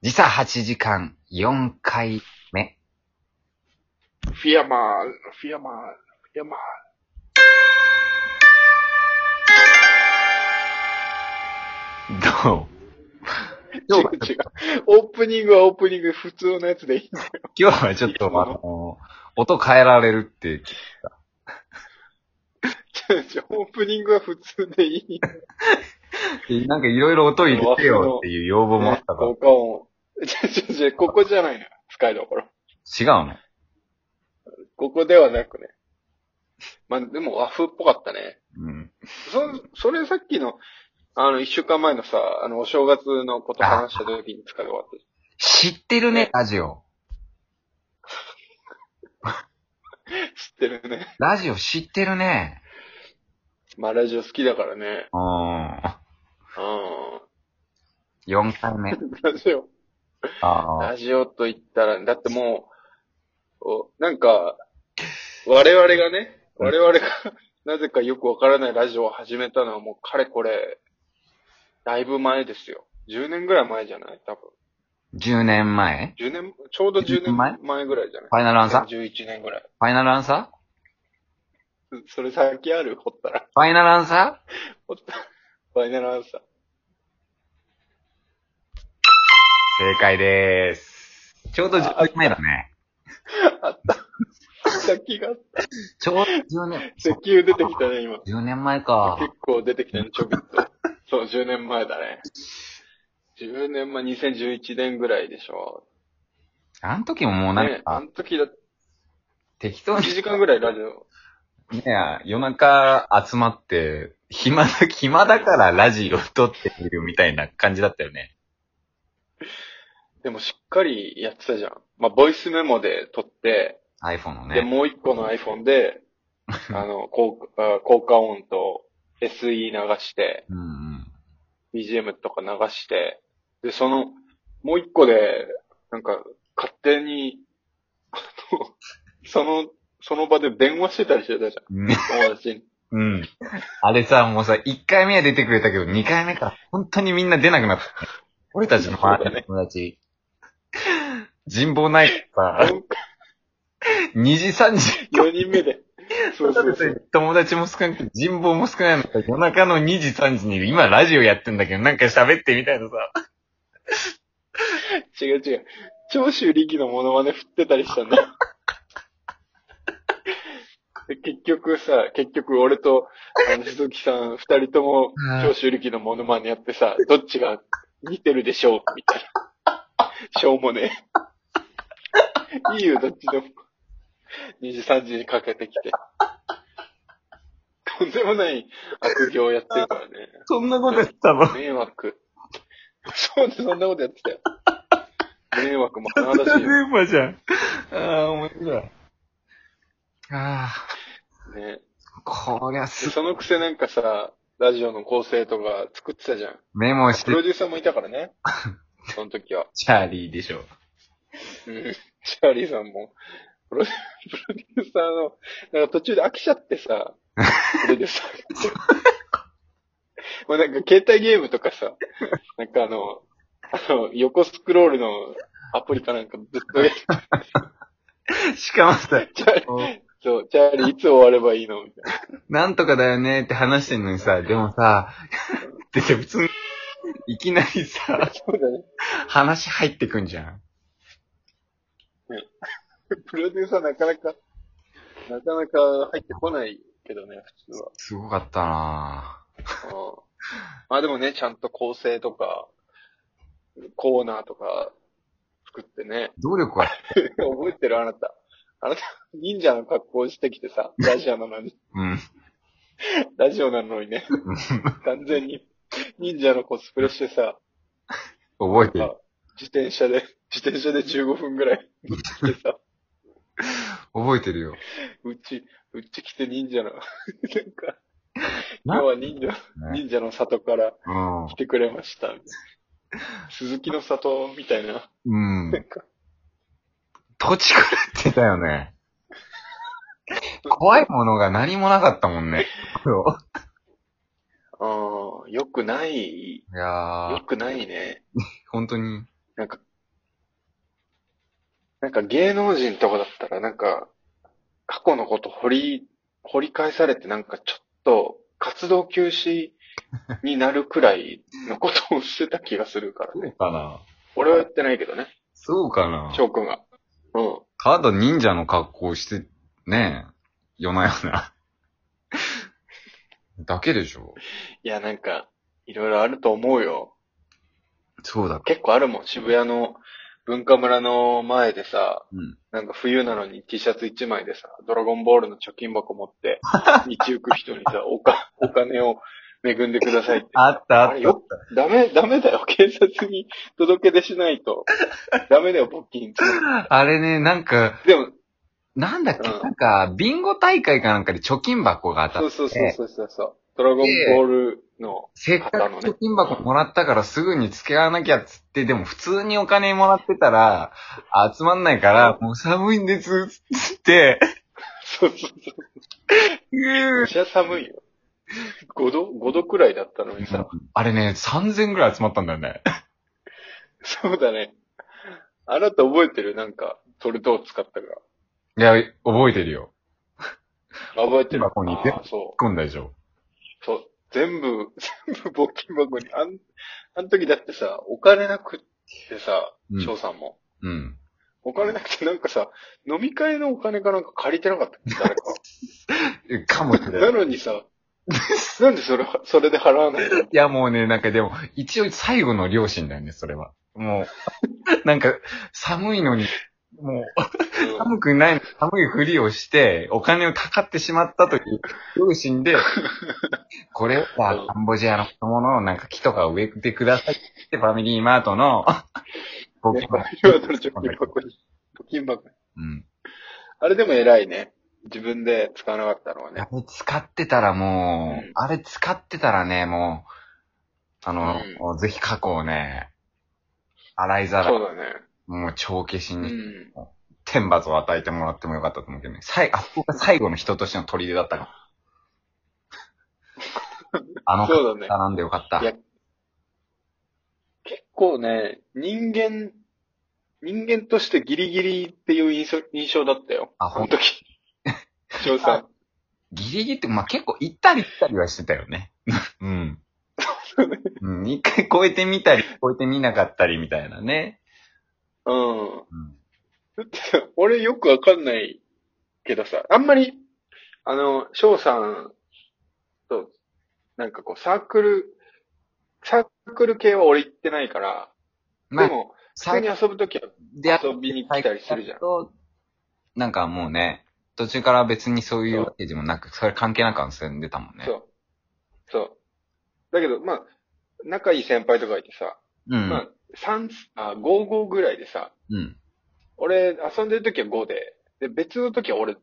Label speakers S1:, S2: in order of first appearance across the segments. S1: 時差8時間4回目。
S2: Viermal, viermal, viermal.
S1: どう今日は、
S2: 違う。オープニングはオープニングで普通のやつでいいんだよ。
S1: 今日はちょっと、あの、音変えられるって、
S2: 違う違うオープニングは普通でいい。
S1: なんかいろいろ音入れてよっていう要望もあったから。違
S2: 効果音。違う違う違う、ここじゃないの。使いどころ。
S1: うの
S2: ここではなくね。まあ、でも和風っぽかったね。
S1: うん。
S2: そ、それさっきの、あの、一週間前のさ、あの、お正月のこと話した時に使い終わって。
S1: 知ってるね、ラジオ。
S2: 知ってるね。
S1: ラジオ知ってるね。
S2: まあ、ラジオ好きだからね。
S1: うーん。
S2: うん。
S1: 4回目。
S2: ラジオ。
S1: ああ。
S2: ラジオと言ったら、だってもう、おなんか、我々がね、
S1: うん
S2: 我々が、 なぜかよくわからないラジオを始めたのはもうかれこれ、だいぶ前ですよ。10年ぐらい前じゃない多分。
S1: 10年前
S2: 10年、ちょうど10
S1: 10年前
S2: 年前ぐらいじゃない
S1: ファイナルアンサーフ
S2: ?11 年ぐらい。
S1: ァイナルアンサー
S2: それ先あるほったら。
S1: ファイナルアンサー
S2: ほったら。ファイナルアンサー。
S1: 正解でーす。ちょうど10年前だね。
S2: あった。先があった。
S1: ちょうど10年、
S2: 石油出てきたね、今。
S1: 10年前か。
S2: 結構出てきたね、ちょびっと。そう、10年前だね。10年前、2011年ぐらいでしょ。
S1: あの時ももうなん
S2: ね、
S1: か
S2: あ、の時だ、
S1: 適当
S2: 1
S1: に、
S2: 時間ぐらいラジオ。
S1: ね、夜中集まって、暇だ、暇だからラジオ撮ってみるみたいな感じだったよね。
S2: でもしっかりやってたじゃん。まあ、ボイスメモで撮って、
S1: iPhone のね。
S2: で、もう一個の iPhone で、あの、効果、あ効果音と SE 流して、
S1: うんうん。
S2: BGM とか流して、で、その、もう一個で、なんか、勝手に、あの、その、その場で電話してたりしてたじゃん。
S1: ね
S2: 友達に。
S1: うん。あれさ、もうさ、1回目は出てくれたけど、2回目から本当にみんな出なくなった。俺たちの周りの友達。人望ないからさ、
S2: 4
S1: 2時3時。
S2: 人目 で。そうそうそう。
S1: 友達も少なくて、人望も少ないのか、夜中の2時3時に、今ラジオやってんだけど、なんか喋ってみたいなさ。
S2: 違う違う。長州力のモノマネ振ってたりした んだよ。で結局さ、結局俺と、あの、鈴木さん二人とも
S1: うん
S2: 長州力のモノマネやってさ、どっちが似てるでしょうみたいな。しょうもねえ。いいよ、どっちでも。2時3時にかけてきて。とんでもない悪行やってるからね。
S1: そんなことしたの
S2: 迷惑。そうそんなことやってたよ。迷惑も甚だしいよ。
S1: ーマじゃん。ああ、面白い。あ
S2: ね。
S1: あ、こりゃ、
S2: ですそのくせなんかさ、ラジオの構成とか作ってたじゃん。
S1: メモし
S2: プ
S1: て
S2: ロデューサーもいたからね。その時は。
S1: チャーリーでしょ。
S2: うん。チャーリーさんも。プロデューサーの、なんか途中で飽きちゃってさ、プロデューサーが。もうなんか携帯ゲームとかさ、なんかあの、あの、横スクロールのアプリかなんかずっとやっ
S1: しかもさ、
S2: てた。そう、チャーリーいつ終わればいいのみたい
S1: なんとかだよねって話してんのにさ、でもさ、で、普通に、いきなり
S2: な
S1: さ、。
S2: そうだね。
S1: 話入ってくんじゃん。
S2: プロデューサーなかなか、なかなか入ってこないけどね、普通は。
S1: すごかったな
S2: うんまあでもね、ちゃんと構成とか、コーナーとか作ってね。
S1: ぁ努力は、
S2: 覚えてるあなた。あなた、忍者の格好してきてさ、ラジオなのに、
S1: うん。
S2: ラジオなのにね、完全に忍者のコスプレしてさ、
S1: 覚えてる。
S2: 自転車で、自転車で15分ぐらい乗ってきてさ、
S1: 覚えてるよ。
S2: うち、うち来て忍者の、なん か、今
S1: な
S2: 日は忍者、
S1: ね
S2: 忍者の里から
S1: うん
S2: 来てくれました。みたいな鈴木の里みたいな、。
S1: うん
S2: な。んか、
S1: 土地狂ってたよね。怖いものが何もなかったもんね。
S2: ああ、よくない、
S1: いやー
S2: よ、くないね。
S1: 本当に。
S2: なんか、なんか芸能人とかだったら、なんか、過去のこと掘り、掘り返されて、なんかちょっと、活動休止になるくらいのことをしてた気がする から
S1: そう
S2: ね。
S1: かな
S2: 俺はやってないけどね、
S1: そうかな
S2: 翔くんが。うん。
S1: ただ忍者の格好して、ねえ、夜な夜 な。だけでしょ
S2: いや、なんか、いろいろあると思うよ。
S1: そうだ。
S2: 結構あるもん。渋谷の文化村の前でさ、
S1: うん。
S2: なんか冬なのに T シャツ1枚でさ、ドラゴンボールの貯金箱持 って、道行く人にさ、おかお金を恵んでくださいって。
S1: あった
S2: あれよ、ダメ、ダメだよ。警察に届け出しない と。ダメだよ、募金。
S1: あれね、なんか、
S2: でも、
S1: なんだっけ、
S2: うん
S1: なんか、ビンゴ大会かなんかで貯金箱が当
S2: そ
S1: た
S2: う
S1: って、
S2: そうそうそうそうそう。ドラゴンボールの、
S1: せっかく貯金箱もらったからすぐに付き合わなきゃっつって、でも普通にお金もらってたら、集まんないから、もう寒いんです、つ って、
S2: そうそうそう。
S1: う
S2: め
S1: ー
S2: ちゃ寒いよ。5度、5度くらいだったのにさ。
S1: あれね、3000ぐらい集まったんだよね。
S2: そうだね。あなた覚えてるなんか、トルトを使ったから。
S1: いや、覚えてるよ。
S2: 覚えてる。
S1: 箱に
S2: あ
S1: 全
S2: あ、そう。
S1: 突っ込んだでしょ。
S2: そう、全部、 全部募金箱に、あん、あの時だってさ、お金なくってさ
S1: う、ん
S2: 翔さんも。
S1: うん。
S2: お金なくてなんかさ、飲み会のお金かなんか借りてなかったっ け誰か。
S1: えかもしれな。
S2: ない のにさ、なんでそれ、それで払わ ないの
S1: いや、もうね、なんかでも、一応最後の両親だよね、それは。もう、 なんか、寒いのに、もう、寒くない、寒いふりをして、お金をたかってしまったという、両親で、これ
S2: う
S1: は
S2: ん
S1: カンボジアの子供のなんか木とか植えてくださいって、ファミリーマートの、
S2: うん。
S1: 僕
S2: ね、
S1: は、
S2: 今の貯金箱に。募金箱に。
S1: うん。
S2: あれでも偉いね。自分で使わなかったのはね
S1: あ。れ使ってたらもう、
S2: うん
S1: あれ使ってたらね、もう、あの、ぜひ過去をね、洗いざ
S2: そ
S1: ら
S2: う、だね。
S1: もう帳消し
S2: う
S1: に、
S2: ん。
S1: 天罰を与えてもらってもよかったと思うけどね。最、あそこが最後の人としての砦だ ったから。あの
S2: そうだね
S1: 方なんでよかった。
S2: いや結構ね、人間、人間としてギリギリっていう印象印象だったよ。
S1: あ
S2: そ
S1: ほ
S2: の
S1: んと
S2: 時。翔さん。
S1: ギリギリって、まあ、結構行ったり来たりはしてたよね。 うん。うん、一回超えてみたり、超えてみなかったりみたいなね。
S2: うん。
S1: うん。
S2: だってさ、俺よくわかんないけどさ、あんまり、あの、翔さんと、なんかこう、サークル、サークル系は俺行ってないから、
S1: ま
S2: で
S1: あ、
S2: も、普通に遊ぶときは、
S1: でやっ
S2: 遊びに来たりするじゃん
S1: と、なんかもうね、途中から別にそういうわけでもなく、それ関係なく遊んでたもんね。
S2: そう。そう。だけど、まあ、仲いい先輩とかいてさ、
S1: う
S2: ま
S1: ん。
S2: あ、三あ、5、5ぐらいでさ、
S1: うん。
S2: 俺、遊んでるときは5で、で、別のときは俺、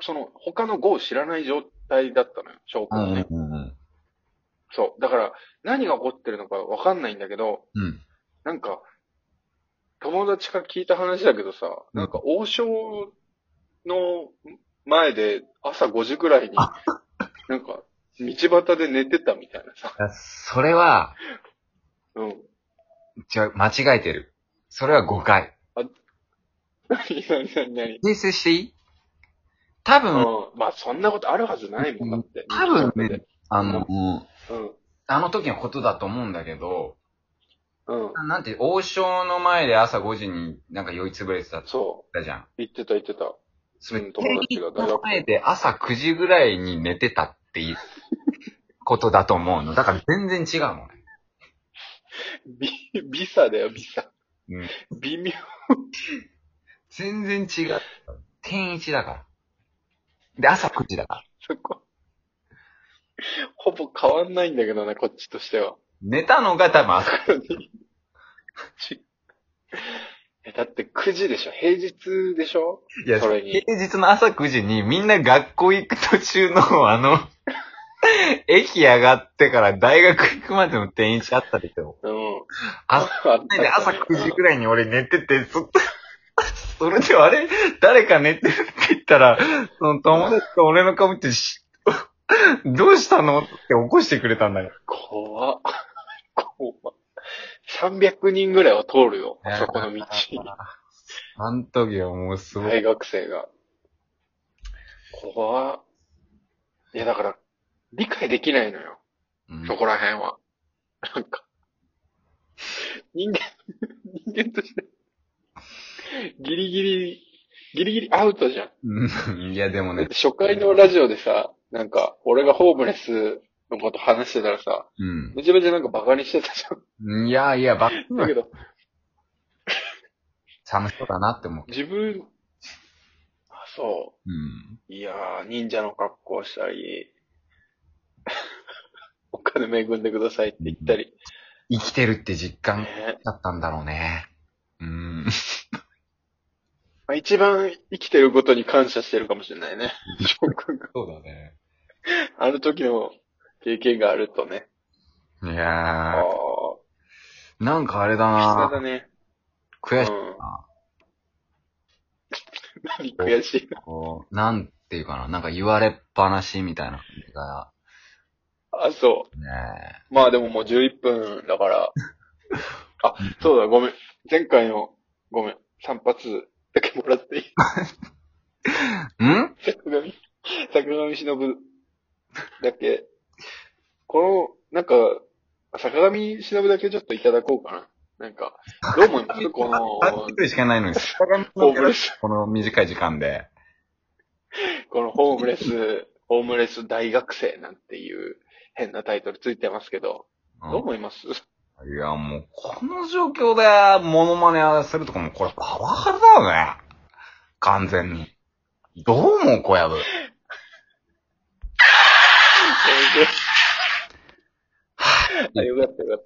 S2: その、他の5を知らない状態だったのよ、翔
S1: う
S2: くんはね。
S1: ん。うん。
S2: そう。だから、何が起こってるのかわかんないんだけど、
S1: うん。
S2: なんか、友達から聞いた話だけどさ、なんか王将の前で朝5時くらいに、
S1: あ
S2: なんか、道端で寝てたみたいなさ。
S1: いやそれは、
S2: うん。
S1: 違う、間違えてる。それは誤解。
S2: 何何何何
S1: 訂正していい多分、
S2: うん。まあ、そんなことあるはずないもんだって。
S1: 多分ね
S2: 道端で
S1: あの、
S2: うん。
S1: あの時のことだと思うんだけど、
S2: うん。
S1: なんて、王将の前で朝5時になんか酔いつぶれてたって
S2: そう。
S1: 言ったじゃん。
S2: 言ってた言ってた。
S1: それ、
S2: うん
S1: テレ
S2: 友
S1: ビ
S2: 達が大
S1: の
S2: 学
S1: 前で朝9時ぐらいに寝てたっていうことだと思うの。だから全然違うのね。
S2: ビ、ビサだよ、ビサ。
S1: うん
S2: 微妙。
S1: 全然違う。天一だから。で、朝9時だから。
S2: そこ。ほぼ変わんないんだけどね、こっちとしては。
S1: 寝たのが多分朝。
S2: ちえだって9時でしょ平日でしょ
S1: いや、
S2: そ
S1: 平
S2: れに
S1: 日の朝9時にみんな学校行く途中の、あの、 駅上がってから大学行くまでの天一あったでしょ。
S2: うん。
S1: 朝で朝9時ぐらいに俺寝てて、ずっと、 それであれ誰か寝てるって言ったら、その友達が俺の顔見てし、 どうしたのって起こしてくれたんだよ。
S2: 怖っ。怖っ。300人ぐらいは通るよ。あそこの道。
S1: あん時はもうすごい。
S2: 大学生が。怖っいや、だから、理解できないのよ。
S1: うん
S2: そこら辺は。なんか、人間、人間として、ギリギリ、ギリギリアウトじゃん。
S1: うんいや、でも
S2: だっ
S1: ね
S2: て。初回のラジオでさ、なんか、俺がホームレスのこと話してたらさ、
S1: う
S2: めちゃめちゃなんかバカにしてたじゃん。
S1: ん。いやいや、ばっか
S2: だ
S1: り
S2: けど、
S1: 寒そうだなって思う。
S2: 自分、あ、そ
S1: うん。
S2: う。いやー、忍者の格好したり、 お金恵んでくださいって言ったり。
S1: 生きてるって実感
S2: ね
S1: だったんだろうね。うん。
S2: まあ、一番生きてることに感謝してるかもしれな いね。翔くんが
S1: そうだね。
S2: あの時の経験があるとね。
S1: い
S2: あ
S1: や
S2: あ
S1: ー、なんかあれだ
S2: ー、必要だ
S1: な
S2: ね。う
S1: 悔しい
S2: ん
S1: な。
S2: 何悔しいな。
S1: こう、なんていうかな、なんか言われっぱなしみたいな感じが、
S2: あ、そう。
S1: ね
S2: まあでももう11分だから。あ、そうだ、ごめん。前回の、ごめん。散髪だけもらっていい
S1: ん
S2: 坂 上、坂上忍だけ。この、なんか、坂上忍だけちょっといただこうかな。なんか、どう思います この、
S1: ?3 分しかないのに、
S2: ホームレス、
S1: この短い時間で。
S2: このホームレス、ホームレス大学生なんていう変なタイトルついてますけど、
S1: うん
S2: どう思います
S1: いや、もう、この状況で、モノマネするとかも、これパワハラだよね。完全に。どう思う、小籔。
S2: よかったよかった。